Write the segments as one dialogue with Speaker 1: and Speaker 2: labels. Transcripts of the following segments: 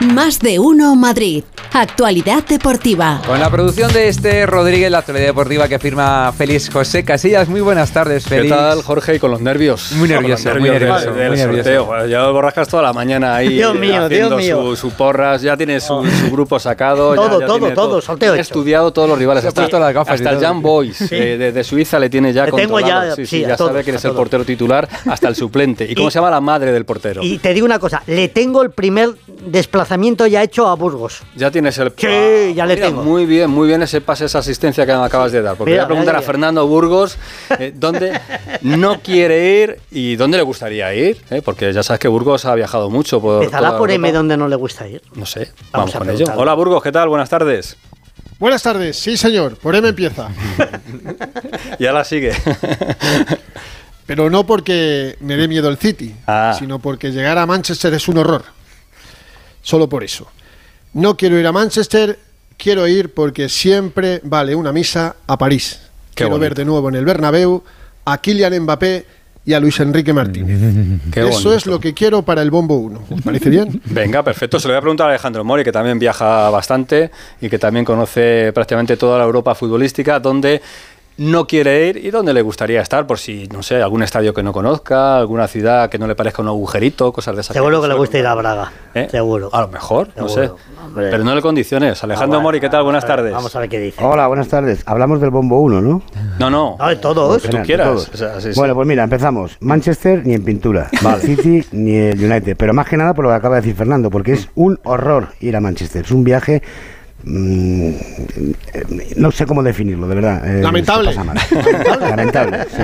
Speaker 1: Más de uno Madrid. Actualidad deportiva.
Speaker 2: Con la producción de este Rodríguez, la actualidad deportiva que firma Félix José Casillas. Muy buenas tardes,
Speaker 3: Pues, ¿Qué
Speaker 2: Félix.
Speaker 3: tal, Jorge? Y con los nervios.
Speaker 2: Muy nervioso,
Speaker 3: Con los
Speaker 2: muy
Speaker 3: nervios
Speaker 2: nervioso,
Speaker 3: del-
Speaker 2: muy
Speaker 3: del
Speaker 2: nervioso.
Speaker 3: sorteo. Llevo borrascas toda la mañana ahí.
Speaker 4: Dios mío,
Speaker 3: haciendo
Speaker 4: Dios mío. Oh.
Speaker 3: Su, su porras, ya tiene su, su grupo sacado. ya-
Speaker 4: Todo,
Speaker 3: ya
Speaker 4: todo,
Speaker 3: tiene
Speaker 4: todo, sorteo
Speaker 3: Tiene
Speaker 4: hecho.
Speaker 3: estudiado todos los rivales.
Speaker 2: Se ha
Speaker 3: Hasta,
Speaker 2: puesto las gafas y
Speaker 3: hasta el
Speaker 2: todo.
Speaker 3: Jan Boys eh, de, de Suiza le tiene ya
Speaker 4: Le tengo
Speaker 3: controlado.
Speaker 4: ya,
Speaker 3: sí, sí,
Speaker 4: sí, a
Speaker 3: ya sabe
Speaker 4: todos,
Speaker 3: quién
Speaker 4: a
Speaker 3: es el
Speaker 4: todos.
Speaker 3: portero titular hasta el suplente. ¿Y,
Speaker 4: Y-
Speaker 3: cómo se llama la madre del portero?
Speaker 4: Y te digo una cosa, le tengo el primer desplazamiento ya hecho a Burgos.
Speaker 3: Ya tienes el.
Speaker 4: Sí,
Speaker 3: Ah,
Speaker 4: ya le
Speaker 3: mira,
Speaker 4: tengo.
Speaker 3: Muy bien, muy bien ese pase, esa asistencia que me acabas de dar. Porque
Speaker 4: Mira,
Speaker 3: voy a preguntar
Speaker 4: mira,
Speaker 3: a
Speaker 4: mira.
Speaker 3: Fernando Burgos eh, dónde no quiere ir y dónde le gustaría ir. eh, porque ya sabes que Burgos ha viajado mucho por.
Speaker 4: Empezará
Speaker 3: toda
Speaker 4: por
Speaker 3: Europa.
Speaker 4: M donde no le gusta ir.
Speaker 3: No sé, vamos,
Speaker 4: Vamos a
Speaker 3: con ello.
Speaker 4: preguntarle.
Speaker 3: Hola Burgos, ¿qué tal? Buenas tardes.
Speaker 5: Buenas tardes, sí señor, por M empieza.
Speaker 3: Y ahora sigue.
Speaker 5: Pero no porque me dé miedo el City,
Speaker 3: Ah.
Speaker 5: sino porque llegar a Manchester es un horror. Solo por eso. No quiero ir a Manchester, quiero ir porque siempre vale una misa a París.
Speaker 3: Qué
Speaker 5: quiero
Speaker 3: bonito.
Speaker 5: ver de nuevo en el Bernabéu a Kylian Mbappé y a Luis Enrique Martínez.
Speaker 3: Qué
Speaker 5: Eso es
Speaker 3: bonito.
Speaker 5: lo que quiero para el Bombo 1. ¿Os parece bien?
Speaker 3: Venga, perfecto. Se lo voy a preguntar a Alejandro Mori, que también viaja bastante y que también conoce prácticamente toda la Europa futbolística, donde no quiere ir y donde le gustaría estar, por si, no sé, algún estadio que no conozca, alguna ciudad que no le parezca un agujerito, cosas de esas.
Speaker 4: Seguro que le
Speaker 3: suelen-
Speaker 4: gusta ir a Braga.
Speaker 3: ¿Eh?
Speaker 4: Seguro.
Speaker 3: A lo mejor, no sé.
Speaker 4: Seguro, hombre.
Speaker 3: Pero no le condiciones. Alejandro Mori, ¿qué tal? Buenas
Speaker 4: A ver,
Speaker 3: tardes.
Speaker 4: Vamos a ver qué dice.
Speaker 6: Hola, buenas tardes. Hablamos del bombo 1, ¿no?
Speaker 3: No, no.
Speaker 4: No, de todos.
Speaker 3: Lo que tú
Speaker 6: General,
Speaker 3: quieras.
Speaker 6: todos.
Speaker 3: O sea, sí, sí.
Speaker 6: Bueno, pues mira, empezamos. Manchester ni en pintura, el City ni el United, pero más que nada por lo que acaba de decir Fernando, porque es un horror ir a Manchester. Es un viaje. mm, eh, no sé cómo definirlo, de verdad. Eh,
Speaker 5: Lamentable.
Speaker 6: se pasa mal. Lamentable. sí.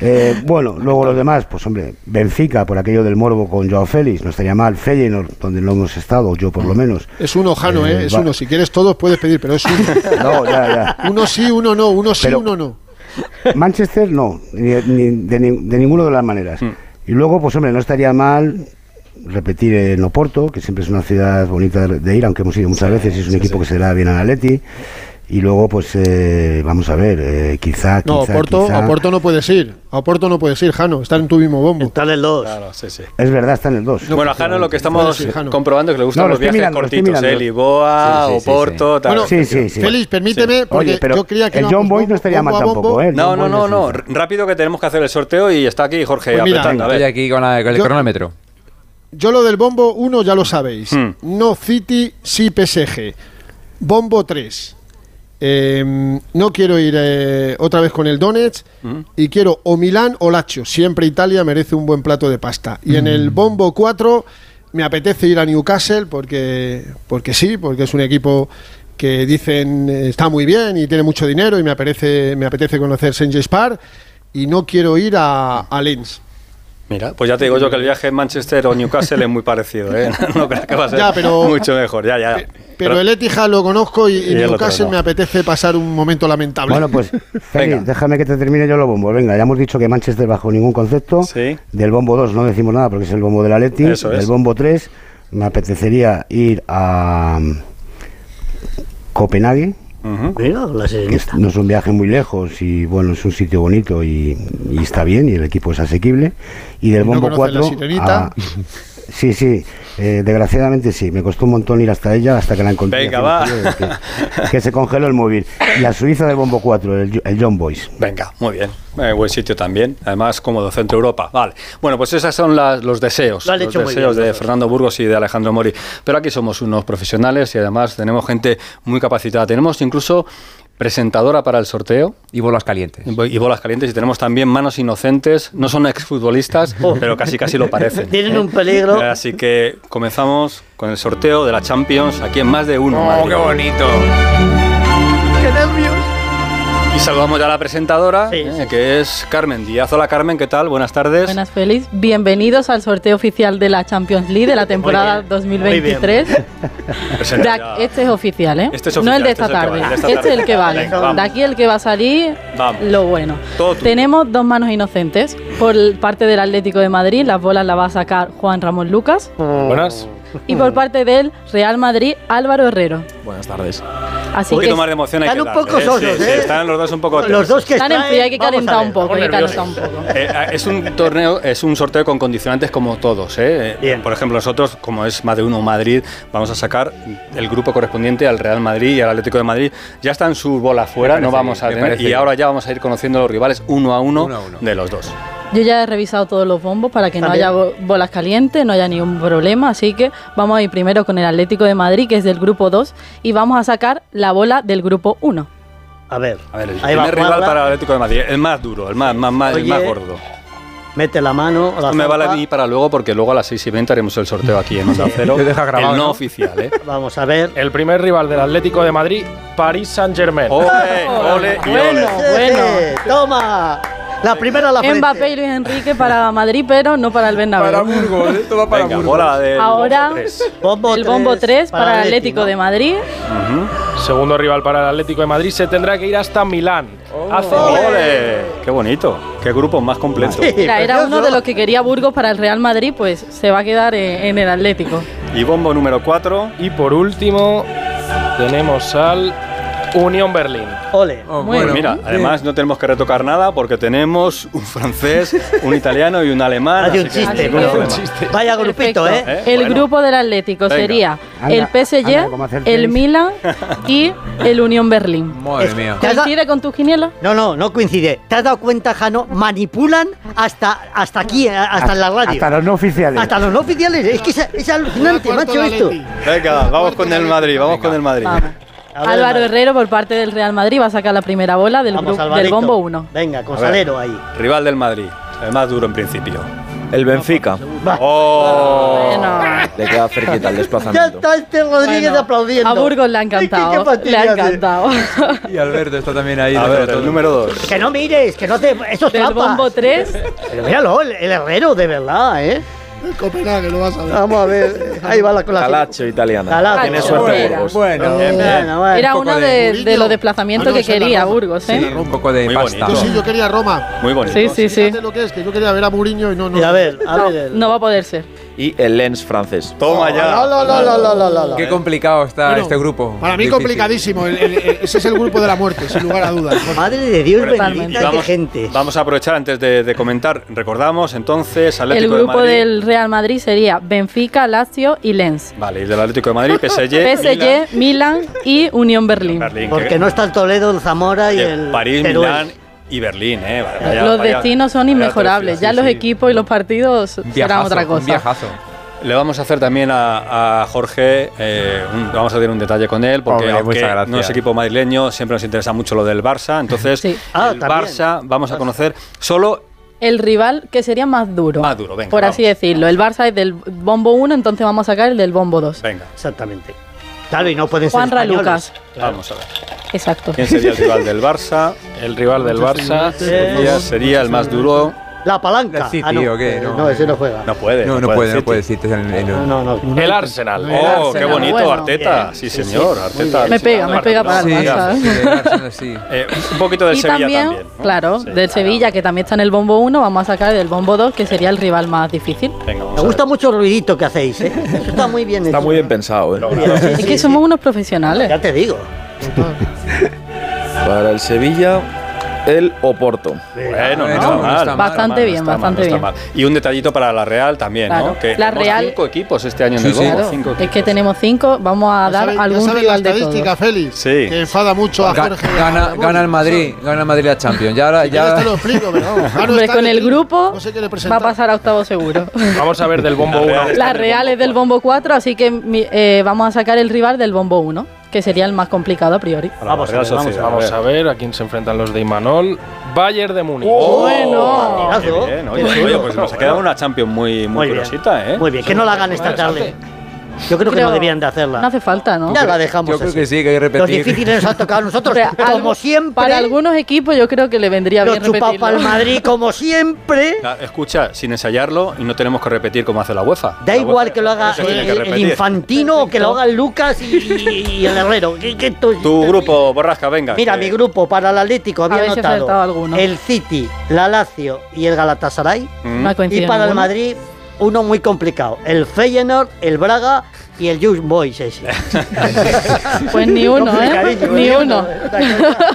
Speaker 6: Eh, bueno, luego los demás, pues hombre, Benfica por aquello del morbo con Joao Félix, no estaría mal. Feyenoord, donde no hemos estado, yo por lo menos.
Speaker 5: Es uno, Jano, ¿eh?
Speaker 6: Eh,
Speaker 5: Es
Speaker 6: va-
Speaker 5: uno. Si quieres todos puedes pedir, pero es uno.
Speaker 6: No, ya, ya.
Speaker 5: Uno sí, uno no, uno sí,
Speaker 6: Pero-
Speaker 5: uno no.
Speaker 6: Manchester no, ni, ni- de, ni- de ninguna de las maneras. Y luego, pues hombre, no estaría mal repetir en Oporto, que siempre es una ciudad bonita de, de ir, aunque hemos ido muchas veces, y es un equipo que se le da bien al Atleti. Y luego, pues eh, vamos a ver, eh, quizá,
Speaker 5: No,
Speaker 6: quizá,
Speaker 5: a Porto,
Speaker 6: quizá-
Speaker 5: a Porto no puedes ir. A Porto no puedes ir, Jano. Está en tu mismo bombo.
Speaker 4: Están en dos.
Speaker 3: Claro, sí, sí.
Speaker 6: Es verdad, está en el 2.
Speaker 3: bueno, a Jano lo que estamos
Speaker 5: Sí, Jano.
Speaker 3: comprobando es que le gustan
Speaker 6: No, lo
Speaker 3: los
Speaker 6: estoy
Speaker 3: viajes
Speaker 6: mirando, lo estoy
Speaker 3: cortitos,
Speaker 6: mirando.
Speaker 3: ¿eh? Lisboa,
Speaker 6: Sí, sí, sí, sí.
Speaker 3: Oporto, tal.
Speaker 5: Bueno,
Speaker 6: Sí, sí, sí.
Speaker 5: Félix, permíteme, porque
Speaker 6: Oye, pero
Speaker 5: yo creía que
Speaker 6: el
Speaker 5: no
Speaker 6: John Boy no estaría mal tampoco, ¿eh? El
Speaker 3: No,
Speaker 6: John
Speaker 3: no,
Speaker 6: Boy
Speaker 3: no,
Speaker 6: es
Speaker 3: no.
Speaker 6: un-
Speaker 3: R- Rápido que tenemos que hacer el sorteo y está aquí Jorge
Speaker 5: Pues mira,
Speaker 3: apretando. A
Speaker 2: Estoy
Speaker 3: ver.
Speaker 2: aquí con, la- con el
Speaker 5: Yo-
Speaker 2: cronómetro.
Speaker 5: Yo lo del bombo 1 ya lo sabéis.
Speaker 3: Hmm.
Speaker 5: No City, sí PSG. Bombo 3. no quiero ir eh, otra vez con el Donetsk y quiero o Milán o Lazio. Siempre Italia merece un buen plato de pasta. Y en el bombo 4 me apetece ir a Newcastle porque, porque sí, porque es un equipo que dicen eh, está muy bien y tiene mucho dinero y me apetece, me apetece conocer St. James Park y no quiero ir a, a Lens.
Speaker 3: Mira, pues ya te digo yo que el viaje en Manchester o Newcastle es muy parecido, ¿eh? No creo que va a ser
Speaker 5: Ya, pero-
Speaker 3: mucho mejor. Ya, ya.
Speaker 5: Pero el Etihad lo conozco y, y
Speaker 3: Y el otro
Speaker 5: Newcastle
Speaker 3: no.
Speaker 5: me apetece pasar un momento lamentable.
Speaker 6: Bueno, pues Félix,
Speaker 3: Venga.
Speaker 6: déjame que te termine yo los bombos. Venga, ya hemos dicho que Manchester bajo ningún concepto.
Speaker 3: Sí.
Speaker 6: Del bombo 2 no decimos nada porque es el bombo del Atleti.
Speaker 3: Eso es.
Speaker 6: Del bombo 3 me apetecería ir a mm, Copenhague.
Speaker 3: Ujú.
Speaker 4: Mira, la
Speaker 6: que es-
Speaker 4: sirenita.
Speaker 6: no es un viaje muy lejos y bueno, es un sitio bonito y, y está bien y el equipo es asequible. Y
Speaker 5: ¿Y
Speaker 6: del
Speaker 5: no
Speaker 6: bombo
Speaker 5: conoces la
Speaker 6: 4...
Speaker 5: sirenita?
Speaker 6: Sí, sí, eh, desgraciadamente sí, me costó un montón ir hasta ella hasta que la encontré.
Speaker 3: Venga,
Speaker 6: hace unos
Speaker 3: va.
Speaker 6: días Que, que se congeló el móvil. Y a Suiza del bombo 4, el, el John Boyce.
Speaker 3: Venga, muy bien. Eh, buen sitio también. Además, cómodo, Centro Europa. Vale. Bueno, pues esos son las- los deseos.
Speaker 4: Lo han
Speaker 3: los
Speaker 4: hecho muy
Speaker 3: deseos
Speaker 4: bien,
Speaker 3: de
Speaker 4: todos.
Speaker 3: Fernando Burgos y de Alejandro Mori. Pero aquí somos unos profesionales y además tenemos gente muy capacitada. Tenemos incluso presentadora para el sorteo.
Speaker 2: Y bolas calientes.
Speaker 3: Bo- Y bolas calientes, y tenemos también manos inocentes. No son exfutbolistas, pero casi casi lo parecen.
Speaker 4: Tienen un peligro.
Speaker 3: Así que comenzamos con el sorteo de la Champions aquí en más de
Speaker 2: Oh,
Speaker 3: uno. Madrid.
Speaker 2: bonito!
Speaker 3: Y saludamos ya a la presentadora,
Speaker 4: Sí,
Speaker 3: eh,
Speaker 4: sí, sí.
Speaker 3: que es Carmen Díaz. Hola Carmen, ¿qué tal? Buenas tardes.
Speaker 7: Buenas, Félix. Bienvenidos al sorteo oficial de la Champions League de la temporada
Speaker 4: bien,
Speaker 7: 2023.
Speaker 3: Presenta
Speaker 7: De ac-
Speaker 3: ya.
Speaker 7: este es oficial, ¿eh?
Speaker 3: Este es
Speaker 7: no
Speaker 3: oficial,
Speaker 7: el de
Speaker 3: este
Speaker 7: esta
Speaker 3: es el que
Speaker 7: tarde.
Speaker 3: vale, de esta
Speaker 7: este es el que
Speaker 3: tarde.
Speaker 7: vale.
Speaker 3: Venga, vamos.
Speaker 7: de aquí el que va a salir,
Speaker 3: Vamos.
Speaker 7: lo bueno.
Speaker 3: Todo tuyo.
Speaker 7: Tenemos dos manos inocentes. Por el- parte del Atlético de Madrid, las bolas las va a sacar Juan Ramón Lucas.
Speaker 8: Buenas.
Speaker 3: Mm.
Speaker 7: Y por parte del Real Madrid, Álvaro Herrero.
Speaker 8: Buenas tardes.
Speaker 7: Así
Speaker 3: un poquito
Speaker 7: que
Speaker 3: más de emoción hay
Speaker 4: están
Speaker 3: que
Speaker 4: un
Speaker 3: darle,
Speaker 4: poco
Speaker 3: Sí,
Speaker 4: sosos,
Speaker 3: sí,
Speaker 4: ¿eh?
Speaker 3: están los dos un poco
Speaker 4: Los
Speaker 3: tensos.
Speaker 4: dos que
Speaker 7: están en
Speaker 4: extraen-
Speaker 7: frío, hay que
Speaker 4: vamos a
Speaker 7: calentar
Speaker 4: ver.
Speaker 7: un poco, hay que calentar un poco.
Speaker 3: Eh, a- es un torneo, es un sorteo con condicionantes como todos. ¿eh? Eh,
Speaker 4: Bien.
Speaker 3: Por ejemplo, nosotros, como es más de uno Madrid, vamos a sacar el grupo correspondiente al Real Madrid y al Atlético de Madrid. Ya están sus bolas fuera,
Speaker 2: Me
Speaker 3: no
Speaker 2: parece
Speaker 3: vamos a
Speaker 2: bien, me
Speaker 3: tener.
Speaker 2: parece
Speaker 3: Y
Speaker 2: bien.
Speaker 3: ahora ya vamos a ir conociendo los rivales uno a uno,
Speaker 2: Uno a uno.
Speaker 3: de los dos.
Speaker 7: Yo ya he revisado todos los bombos para que no
Speaker 4: También.
Speaker 7: haya bo- bolas calientes, no haya ningún problema, así que vamos a ir primero con el Atlético de Madrid, que es del grupo 2, y vamos a sacar la bola del grupo 1.
Speaker 4: A ver,
Speaker 3: A ver, el
Speaker 4: ahí va
Speaker 3: primer rival
Speaker 4: Juanla,
Speaker 3: para el Atlético de Madrid, el más duro, el más, más, más- el
Speaker 4: Oye,
Speaker 3: más gordo.
Speaker 4: Mete la mano. La
Speaker 3: Esto me vale a
Speaker 4: zampa.
Speaker 3: mí para luego, porque luego a las 6 y 20 haremos el sorteo aquí en Onda Cero.
Speaker 2: Lo deja grabado,
Speaker 3: el no,
Speaker 2: ¿no?
Speaker 3: oficial, ¿eh?
Speaker 4: Vamos a ver.
Speaker 8: El primer rival del Atlético de Madrid, París Saint Germain.
Speaker 3: Ole, ole y ole.
Speaker 7: Bueno.
Speaker 4: ¡Eh, ¡Toma! La primera a la frente.
Speaker 7: Mbappé y Luis Enrique para Madrid, pero no para el Bernabéu.
Speaker 2: Para Burgos, esto va para
Speaker 3: Venga,
Speaker 2: Burgos.
Speaker 3: bola del
Speaker 7: Ahora-
Speaker 3: tres.
Speaker 4: Bombo
Speaker 7: el bombo 3 para, el Atlético
Speaker 4: ¿no?
Speaker 7: de Madrid.
Speaker 8: Segundo rival para el Atlético de Madrid, se tendrá que ir hasta Milán. AC Milan.
Speaker 3: ¡Ole! ¡Qué bonito! ¡Qué grupo más completo!
Speaker 4: Sí,
Speaker 7: Mira, era
Speaker 4: precioso.
Speaker 7: uno de los que quería Burgos para el Real Madrid, pues se va a quedar eh, en el Atlético.
Speaker 3: Y bombo número 4.
Speaker 8: Y por último, tenemos al Unión Berlín.
Speaker 4: Ole.
Speaker 2: Oh,
Speaker 7: Muy
Speaker 2: bueno,
Speaker 7: bien.
Speaker 3: Mira, además no tenemos que retocar nada porque tenemos un francés, un italiano y un alemán.
Speaker 4: Hay un
Speaker 3: así que
Speaker 4: chiste,
Speaker 3: ningún
Speaker 4: ¿no?
Speaker 3: problema.
Speaker 4: Vaya grupito,
Speaker 7: Perfecto.
Speaker 4: ¿eh?
Speaker 3: ¿Eh?
Speaker 7: El
Speaker 3: Bueno.
Speaker 7: grupo del Atlético
Speaker 3: Venga.
Speaker 7: sería
Speaker 6: Anda,
Speaker 7: el PSG,
Speaker 6: anda, como hacer
Speaker 7: el
Speaker 6: tenis.
Speaker 7: Milan y el Unión Berlín.
Speaker 2: Madre mía.
Speaker 4: ¿Te has da-
Speaker 7: ¿Coincide con tu quiniela?
Speaker 4: No, no, no coincide. ¿Te has dado cuenta, Jano? Manipulan hasta, hasta aquí, a- hasta en la radio.
Speaker 6: Hasta los no oficiales.
Speaker 4: Hasta los no oficiales. Es que es, es alucinante,
Speaker 5: Cuarto
Speaker 4: macho,
Speaker 5: la
Speaker 4: esto.
Speaker 5: Leti.
Speaker 3: Venga, vamos con el Madrid, vamos con el Madrid.
Speaker 7: Vamos.
Speaker 4: A ver,
Speaker 7: Álvaro
Speaker 4: Madrid.
Speaker 7: Herrero por parte del Real Madrid va a sacar la primera bola del,
Speaker 4: Vamos,
Speaker 7: grupo- del
Speaker 4: Alvarito.
Speaker 7: bombo 1.
Speaker 4: Venga, con
Speaker 3: A ver.
Speaker 4: salero ahí.
Speaker 3: Rival del Madrid, el más duro en principio.
Speaker 9: El Benfica.
Speaker 4: Va.
Speaker 3: ¡Oh!
Speaker 7: Bueno,
Speaker 9: Le queda cerquita el
Speaker 4: Ya
Speaker 9: desplazamiento.
Speaker 4: está este Rodríguez
Speaker 7: bueno,
Speaker 4: aplaudiendo.
Speaker 7: a Burgos le ha
Speaker 4: Es que qué
Speaker 7: encantado. le
Speaker 4: fastidio
Speaker 7: ha
Speaker 4: hace.
Speaker 7: encantado.
Speaker 2: Y Alberto está también ahí.
Speaker 3: A
Speaker 2: dándolo
Speaker 3: ver,
Speaker 2: todo.
Speaker 3: el número 2.
Speaker 4: Que no mires, que no te. Eso es
Speaker 7: del
Speaker 4: trampa.
Speaker 7: bombo 3
Speaker 4: Pero míralo, el, el herrero, de verdad, ¿eh?
Speaker 5: En Copenhague lo vas a ver.
Speaker 4: Vamos a ver. Ahí va la colación.
Speaker 9: Calaccio italiana.
Speaker 4: Calacho.
Speaker 9: Tiene
Speaker 7: Bueno,
Speaker 9: suerte Burgos.
Speaker 2: bueno.
Speaker 3: Eh,
Speaker 4: Bueno, bueno.
Speaker 7: era
Speaker 2: Un poco
Speaker 7: uno
Speaker 2: de
Speaker 7: de, de
Speaker 5: Murillo.
Speaker 7: los desplazamientos
Speaker 5: Ah, no,
Speaker 7: que
Speaker 5: esa es la
Speaker 7: quería
Speaker 5: Roma.
Speaker 7: Burgos,
Speaker 2: Sí,
Speaker 7: ¿eh?
Speaker 2: un poco de
Speaker 3: Muy
Speaker 2: pasta.
Speaker 3: bonito.
Speaker 5: Yo sí, yo quería Roma.
Speaker 3: Muy bonito.
Speaker 7: Sí, sí, sí.
Speaker 5: Fíjate lo que es, que yo quería ver a Mourinho y no, no.
Speaker 4: Mira, a ver, a ver. el-
Speaker 7: No va a poder ser.
Speaker 9: Y el Lens francés.
Speaker 3: Toma
Speaker 4: La,
Speaker 3: ya.
Speaker 4: la, la, la, la, la, la, la.
Speaker 2: Qué complicado está
Speaker 5: Bueno,
Speaker 2: este grupo.
Speaker 5: Para mí
Speaker 2: Difícil.
Speaker 5: complicadísimo. el- el- el- ese es el grupo de la muerte, sin lugar a dudas.
Speaker 4: Madre de Dios,
Speaker 3: Bueno, y- y
Speaker 4: bendita de gente.
Speaker 3: vamos a aprovechar antes de, de comentar. Recordamos entonces Atlético
Speaker 7: el grupo
Speaker 3: de Madrid.
Speaker 7: del Real Madrid sería Benfica, Lazio y Lens.
Speaker 3: Vale, y del Atlético de Madrid, PSG. Milan,
Speaker 7: PSG, Milan y Unión Berlín.
Speaker 3: Berlín, que-
Speaker 4: Porque no está el Toledo, el Zamora y
Speaker 3: Oye,
Speaker 4: el.
Speaker 3: París,
Speaker 4: Teruel.
Speaker 3: Milán y Berlín, ¿eh? Vaya- vaya-
Speaker 7: los
Speaker 3: vaya-
Speaker 7: destinos son
Speaker 3: vaya
Speaker 7: inmejorables.
Speaker 3: tercia,
Speaker 7: Ya
Speaker 3: sí,
Speaker 7: los
Speaker 3: sí.
Speaker 7: equipos y los partidos
Speaker 2: Un
Speaker 7: serán
Speaker 2: viajazo,
Speaker 7: otra
Speaker 2: Un
Speaker 7: cosa.
Speaker 2: viajazo.
Speaker 3: Le vamos a hacer también a, a Jorge, eh, un- vamos a tener un detalle con él, porque
Speaker 2: Hombre,
Speaker 3: aunque
Speaker 2: muchas gracias.
Speaker 3: no es equipo madrileño, siempre nos interesa mucho lo del Barça. Entonces,
Speaker 7: Sí.
Speaker 4: Ah,
Speaker 3: el
Speaker 4: también.
Speaker 3: Barça vamos
Speaker 2: Pues-
Speaker 3: a conocer solo
Speaker 7: El rival que sería más duro.
Speaker 3: Más duro, venga,
Speaker 7: Por así
Speaker 3: vamos.
Speaker 7: decirlo. El Barça es del bombo 1, entonces vamos a sacar el del bombo 2.
Speaker 3: Venga,
Speaker 4: Exactamente. Claro, y no pueden ser.
Speaker 7: Juan
Speaker 4: españoles.
Speaker 7: Lucas.
Speaker 3: vamos a ver.
Speaker 7: Exacto.
Speaker 3: ¿Quién sería el rival del Barça?
Speaker 8: El rival del Barça.
Speaker 4: Eh,
Speaker 3: Ella sería el más duro.
Speaker 4: la palanca.
Speaker 2: Sí,
Speaker 4: Ah,
Speaker 2: tío,
Speaker 4: no.
Speaker 2: ¿qué? No.
Speaker 4: no, ese no juega.
Speaker 3: No puede.
Speaker 2: No, no puede, no
Speaker 3: City.
Speaker 2: puede decirte. en- en-
Speaker 4: No,
Speaker 2: en-
Speaker 4: no, no.
Speaker 8: El Arsenal.
Speaker 3: Oh, qué
Speaker 7: Arsenal,
Speaker 3: bonito,
Speaker 7: bueno.
Speaker 3: Arteta. Sí, señor, Arteta.
Speaker 7: Me pega, me pega para el
Speaker 2: Sí,
Speaker 7: Barça.
Speaker 2: sí, el Arsenal, sí.
Speaker 3: Eh, un poquito del
Speaker 7: y
Speaker 3: Sevilla
Speaker 7: también,
Speaker 3: también. ¿no?
Speaker 7: claro,
Speaker 3: Sí,
Speaker 7: del Sevilla, que también está en el bombo 1, vamos a sacar el del bombo 2, que sería el rival más difícil.
Speaker 3: Venga, vamos
Speaker 4: Me
Speaker 3: a ver.
Speaker 4: gusta mucho el ruidito que hacéis, ¿eh? Eso está muy bien
Speaker 9: Está
Speaker 4: hecho.
Speaker 9: muy bien pensado, ¿eh?
Speaker 4: Sí,
Speaker 7: es
Speaker 4: sí,
Speaker 7: que
Speaker 4: sí.
Speaker 7: somos unos profesionales.
Speaker 4: Ya te digo.
Speaker 9: Para el Sevilla, el Oporto.
Speaker 3: Bueno, no,
Speaker 2: Bueno,
Speaker 3: está
Speaker 2: no
Speaker 3: mal.
Speaker 2: está mal.
Speaker 7: Bastante
Speaker 3: no
Speaker 7: bien,
Speaker 3: está mal,
Speaker 7: bastante
Speaker 3: no está
Speaker 7: bien.
Speaker 3: mal. Y un detallito para la Real también, ¿no?
Speaker 7: Claro.
Speaker 3: Que
Speaker 7: La
Speaker 3: tenemos
Speaker 7: Real-
Speaker 3: cinco equipos este año en
Speaker 2: Sí,
Speaker 3: el
Speaker 2: sí.
Speaker 3: bombo,
Speaker 7: Claro,
Speaker 3: cinco
Speaker 7: es que
Speaker 3: equipos.
Speaker 7: tenemos 5, vamos a
Speaker 5: Ya
Speaker 7: dar
Speaker 5: saben- ya
Speaker 7: algún
Speaker 5: saben la
Speaker 7: rival de
Speaker 5: estadística,
Speaker 7: todos.
Speaker 5: Félix.
Speaker 3: Sí.
Speaker 5: Que enfada mucho a
Speaker 2: Ga-
Speaker 5: Jorge.
Speaker 2: Gana, gana el Madrid, gana el Madrid la Champions. Ya ahora,
Speaker 5: Ya te
Speaker 2: ya.
Speaker 5: lo explico, pero vamos. Ah, no,
Speaker 7: Hombre,
Speaker 5: está
Speaker 7: con
Speaker 5: en
Speaker 7: el grupo
Speaker 5: No sé qué le
Speaker 7: va a
Speaker 5: presentar.
Speaker 7: pasar a octavo seguro.
Speaker 8: Vamos a ver del bombo 1.
Speaker 7: La Real es del bombo 4, así que mi- eh, vamos a sacar el rival del bombo 1, que sería el más complicado a priori.
Speaker 3: Para la
Speaker 4: Vamos a
Speaker 3: Real
Speaker 4: ver, vamos a
Speaker 3: Sociedad,
Speaker 8: Vamos a ver a quién se enfrentan los de Imanol. Bayern de Múnich.
Speaker 4: Oh, Bueno.
Speaker 3: Qué bien, oye, oye, pues nos ha quedado una Champions muy, muy,
Speaker 4: bien.
Speaker 3: curiosita, ¿eh?
Speaker 4: Muy bien, que no la hagan esta tarde. Yo creo que no
Speaker 7: Creo-
Speaker 4: debían de hacerla.
Speaker 7: No hace falta, ¿no?
Speaker 4: Ya la dejamos.
Speaker 2: Yo creo
Speaker 4: así.
Speaker 2: que sí, que hay que
Speaker 4: Los
Speaker 2: repetir.
Speaker 4: difíciles nos ha tocado a nosotros,
Speaker 7: Hombre,
Speaker 4: como
Speaker 7: algo-
Speaker 4: siempre.
Speaker 7: Para algunos equipos yo creo que le vendría
Speaker 4: Los
Speaker 7: bien repetirlo.
Speaker 4: chupados para el Madrid, como siempre.
Speaker 3: Ah, Escucha, sin ensayarlo y no tenemos que repetir como hace la UEFA.
Speaker 4: Da
Speaker 3: La
Speaker 4: igual
Speaker 3: UEFA-
Speaker 4: que lo haga
Speaker 3: Eso
Speaker 4: el,
Speaker 3: tiene que
Speaker 4: el
Speaker 3: repetir.
Speaker 4: infantino o que lo haga el Lucas y, y el Herrero. ¿Qué- qué estoy-
Speaker 3: Tu grupo, Borrasca, venga. Eh,
Speaker 4: Mira,
Speaker 3: que-
Speaker 4: mi grupo para el Atlético había
Speaker 7: A ver si he
Speaker 4: anotado
Speaker 7: acertado alguno.
Speaker 4: el City, la Lazio y el Galatasaray.
Speaker 3: Mm.
Speaker 7: No ha
Speaker 4: Y
Speaker 7: coincidido
Speaker 4: para el
Speaker 7: ninguno.
Speaker 4: Madrid, uno muy complicado. El Feyenoord, el Braga y el Just Boys ese.
Speaker 7: Pues ni uno,
Speaker 4: Hombre,
Speaker 7: ¿eh?
Speaker 4: cariño,
Speaker 7: ni
Speaker 4: ni
Speaker 7: uno.
Speaker 4: uno.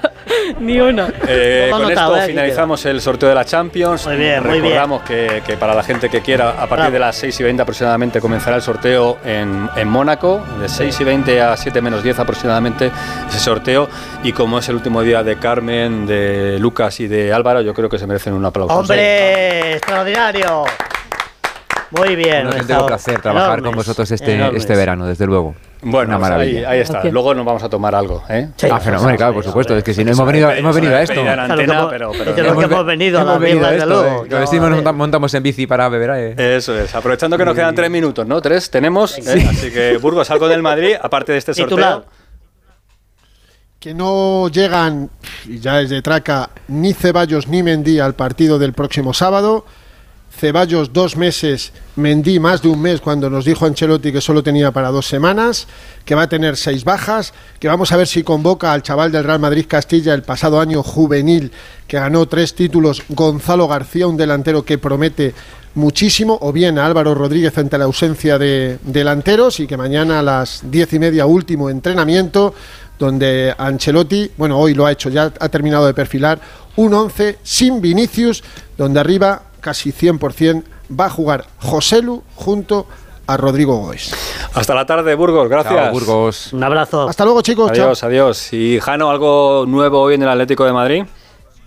Speaker 7: ni uno.
Speaker 3: Eh,
Speaker 4: Todo
Speaker 3: con
Speaker 4: anotado,
Speaker 3: esto
Speaker 4: ¿eh?
Speaker 3: finalizamos el sorteo de la Champions.
Speaker 4: Muy bien, muy bien.
Speaker 3: Recordamos Que, que para la gente que quiera, a partir
Speaker 4: Bravo.
Speaker 3: de las 6 y 20 aproximadamente comenzará el sorteo en, en Mónaco, de 6 y 20 a 7 menos 10 aproximadamente ese sorteo. Y como es el último día de Carmen, de Lucas y de Álvaro, yo creo que se merecen un aplauso.
Speaker 4: ¡Hombre! ¡Extraordinario! Muy bien.
Speaker 2: Un auténtico
Speaker 4: Gustavo.
Speaker 2: placer trabajar con
Speaker 4: Enormes,
Speaker 2: vosotros este,
Speaker 4: enormes.
Speaker 2: este verano, desde luego. Una
Speaker 3: Bueno, pues ahí,
Speaker 2: maravilla.
Speaker 3: ahí está.
Speaker 7: Gracias.
Speaker 3: Luego nos vamos a tomar algo. ¿eh?
Speaker 4: Sí.
Speaker 2: ah, fenomenal, claro, por supuesto. Es que si no hemos venido, hemos venido a esto.
Speaker 3: Pedida en
Speaker 4: Claro,
Speaker 3: antena,
Speaker 4: como-
Speaker 3: pero-
Speaker 4: es
Speaker 3: pero
Speaker 4: que lo que
Speaker 2: ve-
Speaker 4: hemos venido,
Speaker 2: hemos
Speaker 4: la
Speaker 2: venido
Speaker 4: mierda,
Speaker 2: a
Speaker 4: desde
Speaker 2: esto,
Speaker 4: luego.
Speaker 2: eh.
Speaker 4: No,
Speaker 2: Lo decimos,
Speaker 4: hombre.
Speaker 2: nos monta- montamos en bici para eh. beber aire.
Speaker 3: Eso es. Aprovechando que nos quedan tres minutos, ¿no? Tres tenemos. ¿eh? Así que Burgos, algo del Madrid, aparte de este
Speaker 4: Titular.
Speaker 3: sorteo.
Speaker 5: que no llegan, y ya es de traca, ni Ceballos ni Mendí al partido del próximo sábado. Ceballos dos meses, Mendí más de un mes cuando nos dijo Ancelotti que solo tenía para dos semanas, que va a tener seis bajas, que vamos a ver si convoca al chaval del Real Madrid Castilla el pasado año juvenil que ganó tres títulos, Gonzalo García, un delantero que promete muchísimo, o bien a Álvaro Rodríguez ante la ausencia de delanteros y que mañana a las diez y media último entrenamiento donde Ancelotti, bueno, hoy lo ha hecho, ya ha terminado de perfilar un 11 sin Vinicius, donde arriba casi 100% va a jugar Joselu junto a Rodrigo Goes.
Speaker 3: Hasta la tarde, Burgos. Gracias.
Speaker 2: Chao, Burgos.
Speaker 4: Un abrazo.
Speaker 5: Hasta luego, chicos. chao.
Speaker 3: Adiós, adiós. ¿Y Jano, algo nuevo hoy en el Atlético de Madrid?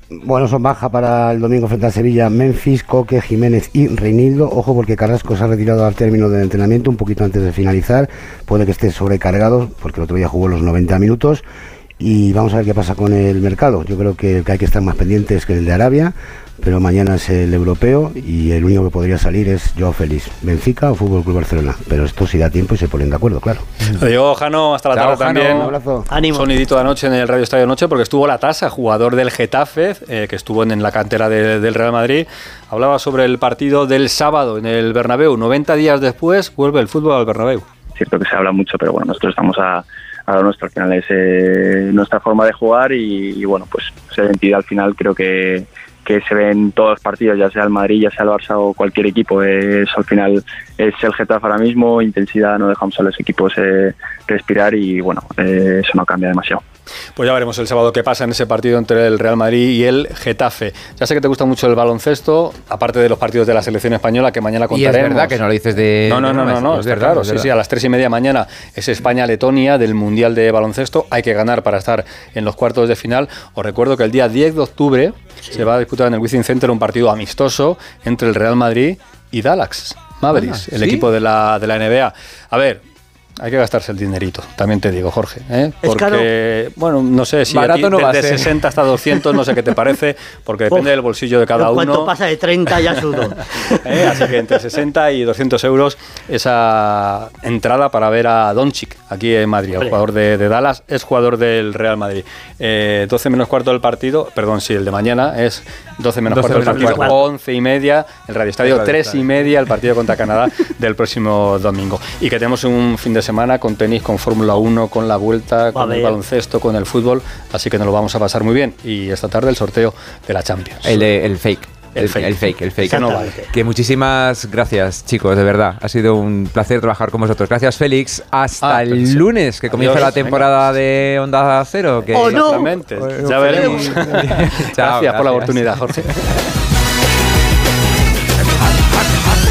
Speaker 6: Bueno, son baja para el domingo frente a Sevilla, Memphis, Coque, Jiménez y Reinildo. Ojo porque Carrasco se ha retirado al término del entrenamiento un poquito antes de finalizar. Puede que esté sobrecargado porque el otro día jugó los 90 minutos. Y vamos a ver qué pasa con el mercado. Yo creo que el que hay que estar más pendiente es que el de Arabia, pero mañana es el europeo y el único que podría salir es Joao Félix, Benfica o Fútbol Club Barcelona. Pero esto si da tiempo y se ponen de acuerdo, claro.
Speaker 3: Adiós, Jano. Hasta la
Speaker 2: Chao,
Speaker 3: tarde
Speaker 2: Jano.
Speaker 3: también.
Speaker 6: Un abrazo.
Speaker 4: Ánimo.
Speaker 3: Sonidito de anoche en el Radio Estadio Noche porque estuvo la tasa, jugador del Getafe, eh, que estuvo en, en la cantera de- del Real Madrid. Hablaba sobre el partido del sábado en el Bernabéu. 90 días después vuelve el fútbol al Bernabéu.
Speaker 10: cierto que se habla mucho, pero bueno, nosotros estamos a, a lo nuestro. Al final es eh, nuestra forma de jugar y, y, bueno, pues esa identidad al final creo que, que se ve en todos los partidos, ya sea el Madrid, ya sea el Barça o cualquier equipo. Es, al final es el Getafe ahora mismo, intensidad, no dejamos a los equipos eh, respirar y bueno, eh, eso no cambia demasiado.
Speaker 3: Pues ya veremos el sábado qué pasa en ese partido entre el Real Madrid y el Getafe. Ya sé que te gusta mucho el baloncesto, aparte de los partidos de la selección española que
Speaker 2: Y
Speaker 3: mañana
Speaker 2: es
Speaker 3: contaremos.
Speaker 2: verdad que no lo dices de.
Speaker 3: No, no, no, no,
Speaker 2: Eh,
Speaker 3: no,
Speaker 2: es
Speaker 3: está
Speaker 2: verdad,
Speaker 3: claro.
Speaker 2: es
Speaker 3: Sí,
Speaker 2: verdad.
Speaker 3: sí, a las tres y media mañana es España-Letonia del Mundial de Baloncesto. Hay que ganar para estar en los cuartos de final. Os recuerdo que el día 10 de octubre se va a disputar en el Wizzing Center un partido amistoso entre el Real Madrid y Dallas Mavericks,
Speaker 2: Ah,
Speaker 3: el
Speaker 2: ¿sí?
Speaker 3: equipo de la, de la NBA. A ver. Hay que gastarse el dinerito, también te digo, Jorge. ¿eh?
Speaker 4: Es
Speaker 3: Porque, bueno, no sé si
Speaker 2: Barato
Speaker 3: aquí
Speaker 2: no va a
Speaker 3: desde
Speaker 2: ser.
Speaker 3: 60 hasta 200, no sé qué te parece, porque depende
Speaker 4: Uf.
Speaker 3: del bolsillo de cada
Speaker 4: Yo
Speaker 3: uno.
Speaker 4: cuanto pasa de 30 ya sudo.
Speaker 3: ¿eh? Así que entre 60 y 200 euros esa entrada para ver a Doncic aquí en Madrid, el
Speaker 4: Hombre.
Speaker 3: jugador de, de Dallas, es jugador del Real Madrid. Eh, 12 menos cuarto del partido, perdón, sí, el de mañana es 12 menos
Speaker 2: 12
Speaker 3: cuarto del
Speaker 2: menos
Speaker 3: partido,
Speaker 2: cuarto.
Speaker 3: 11 y media, el Radio Estadio,
Speaker 2: El Radio
Speaker 3: 3 y
Speaker 2: Estadio.
Speaker 3: media, el partido contra Canadá del próximo domingo. Y que tenemos un fin de semana con tenis, con Fórmula 1, con la vuelta, con el
Speaker 4: haber.
Speaker 3: baloncesto, con el fútbol, así que nos lo vamos a pasar muy bien. Y esta tarde el sorteo de la Champions.
Speaker 2: El, de- el fake.
Speaker 3: El fake.
Speaker 2: el fake, el fake.
Speaker 3: Que no vale.
Speaker 4: Exactamente.
Speaker 2: Que muchísimas gracias, chicos, de verdad. Ha sido un placer trabajar con vosotros. Gracias, Félix. Hasta
Speaker 3: Ah,
Speaker 2: el
Speaker 3: pero sí.
Speaker 2: lunes, que comienza
Speaker 3: Adiós.
Speaker 2: la temporada de Onda Cero. Que
Speaker 4: ¡Oh, no!
Speaker 3: Exactamente. Ya veremos.
Speaker 2: Chao,
Speaker 3: gracias por la oportunidad, Jorge.